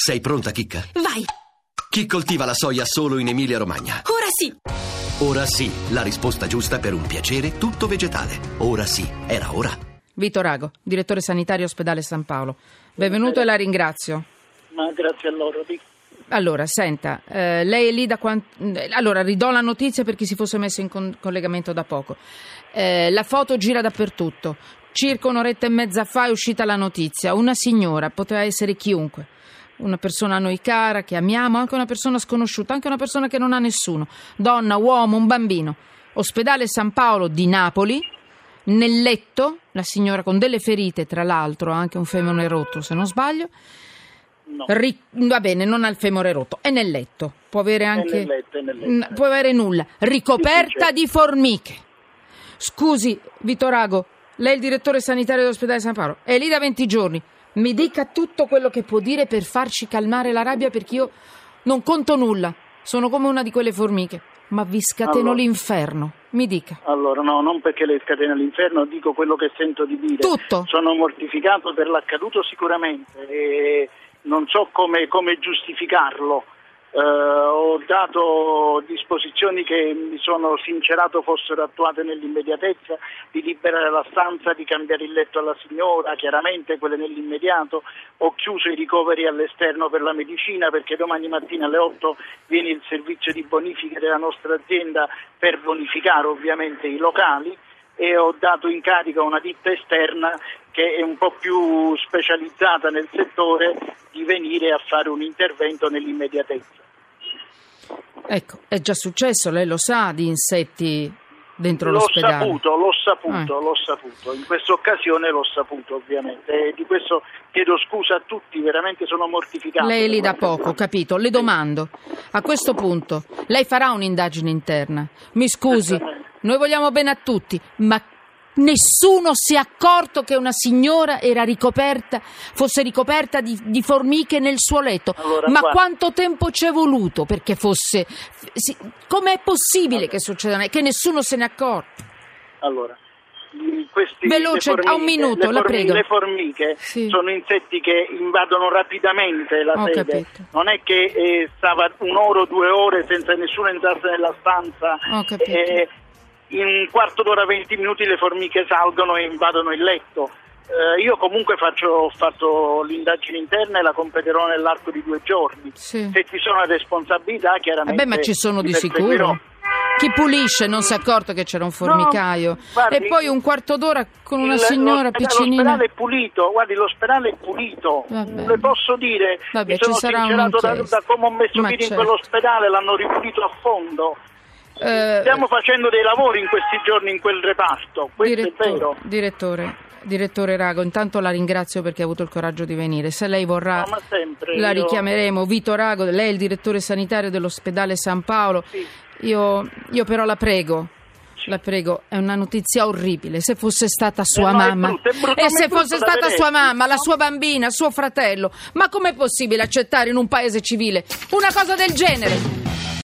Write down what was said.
Sei pronta, Chicca? Vai, Chi coltiva la soia solo in Emilia-Romagna? ora sì. Ora sì, la risposta giusta per un piacere tutto vegetale. Ora sì, era ora. Vito Rago, direttore sanitario ospedale San Paolo. Benvenuto e la ringrazio. Ma grazie a loro. di- Allora, senta, eh, lei è lì da quanto... Allora, ridò la notizia per chi si fosse messo in con- collegamento da poco. Eh, la foto gira dappertutto. Circa un'oretta e mezza fa è uscita la notizia. Una signora, poteva essere chiunque. Una persona a noi cara, che amiamo, anche una persona sconosciuta, anche una persona che non ha nessuno. Donna, uomo, un bambino. Ospedale San Paolo di Napoli. Nel letto, la signora con delle ferite, tra l'altro, anche un femore rotto, se non sbaglio. No. Ri- va bene, non ha il femore rotto, è nel letto, può avere anche nel letto, è nel letto. N- può avere nulla, ricoperta Sì, certo. sì, di formiche. Scusi, Vitorago, lei è il direttore sanitario dell'ospedale San Paolo, è lì da 20 giorni. Mi dica tutto quello che può dire per farci calmare la rabbia perché io non conto nulla, sono come una di quelle formiche, ma vi scateno Allora. l'inferno. Mi dica. Allora, no, non perché lei scatena l'inferno, dico quello che sento di dire. Tutto. Sono mortificato per l'accaduto sicuramente e non so come, come giustificarlo. Eh, ho dato disposizioni che mi sono sincerato fossero attuate nell'immediatezza, di liberare la stanza, di cambiare il letto alla signora, chiaramente quelle nell'immediato. Ho chiuso i ricoveri all'esterno per la medicina perché domani mattina alle 8 viene il servizio di bonifica della nostra azienda per bonificare ovviamente i locali e ho dato in carica una ditta esterna che è un po' più specializzata nel settore di venire a fare un intervento nell'immediatezza. Ecco, è già successo, lei lo sa, di insetti dentro L'ho l'ospedale. saputo, l'ho saputo, Eh. l'ho saputo, in questa occasione l'ho saputo ovviamente e di questo chiedo scusa a tutti, veramente sono mortificato. Lei è lì da per quanto- poco, capito? Le domando, a questo punto, lei farà un'indagine interna. Mi scusi, noi vogliamo bene a tutti, ma nessuno si è accorto che una signora era ricoperta, fosse ricoperta di, di formiche nel suo letto. Allora, ma guarda- quanto tempo ci è voluto perché fosse... si- com'è possibile che succeda? Che nessuno se ne accorto? Allora, i- questi, Veloce, le formiche- a un minuto, le la formi- prego. Le formiche Sì. sono insetti che invadono rapidamente la Ho sede. capito. Non è che eh, stava un'ora o due ore senza nessuno entrasse nella stanza. eh, Ho capito. in un quarto d'ora, 20 minuti le formiche salgono e invadono il letto. Eh, io comunque faccio, ho fatto l'indagine interna e la completerò nell'arco di due giorni. Sì. Se ci sono responsabilità, chiaramente... Vabbè, ma ci sono li di perseguirò. sicuro. Chi pulisce non si è accorto che c'era un formicaio. guardi, e poi un quarto d'ora con una Il- signora l'ospedale- piccinina. L'ospedale è pulito, guardi, l'ospedale è pulito. Va bene. Le posso dire, Vabbè, mi sono ci sarà sincerato da, un'inchiesta. da come ho messo Ma piede certo. in quell'ospedale, l'hanno ripulito a fondo. Eh, Stiamo facendo dei lavori in questi giorni in quel reparto, questo diretto- è vero. Direttore, direttore Rago, intanto la ringrazio perché ha avuto il coraggio di venire. Se lei vorrà, No, ma sempre, la io- richiameremo. Vito Rago, lei è il direttore sanitario dell'ospedale San Paolo. Sì. Io, io però la prego. La prego, è una notizia orribile. Se fosse stata sua Eh no, è mamma brutto, è brutto, e ma se è brutto fosse da stata vedere. sua mamma, la sua bambina, suo fratello, ma com'è possibile accettare in un paese civile una cosa del genere?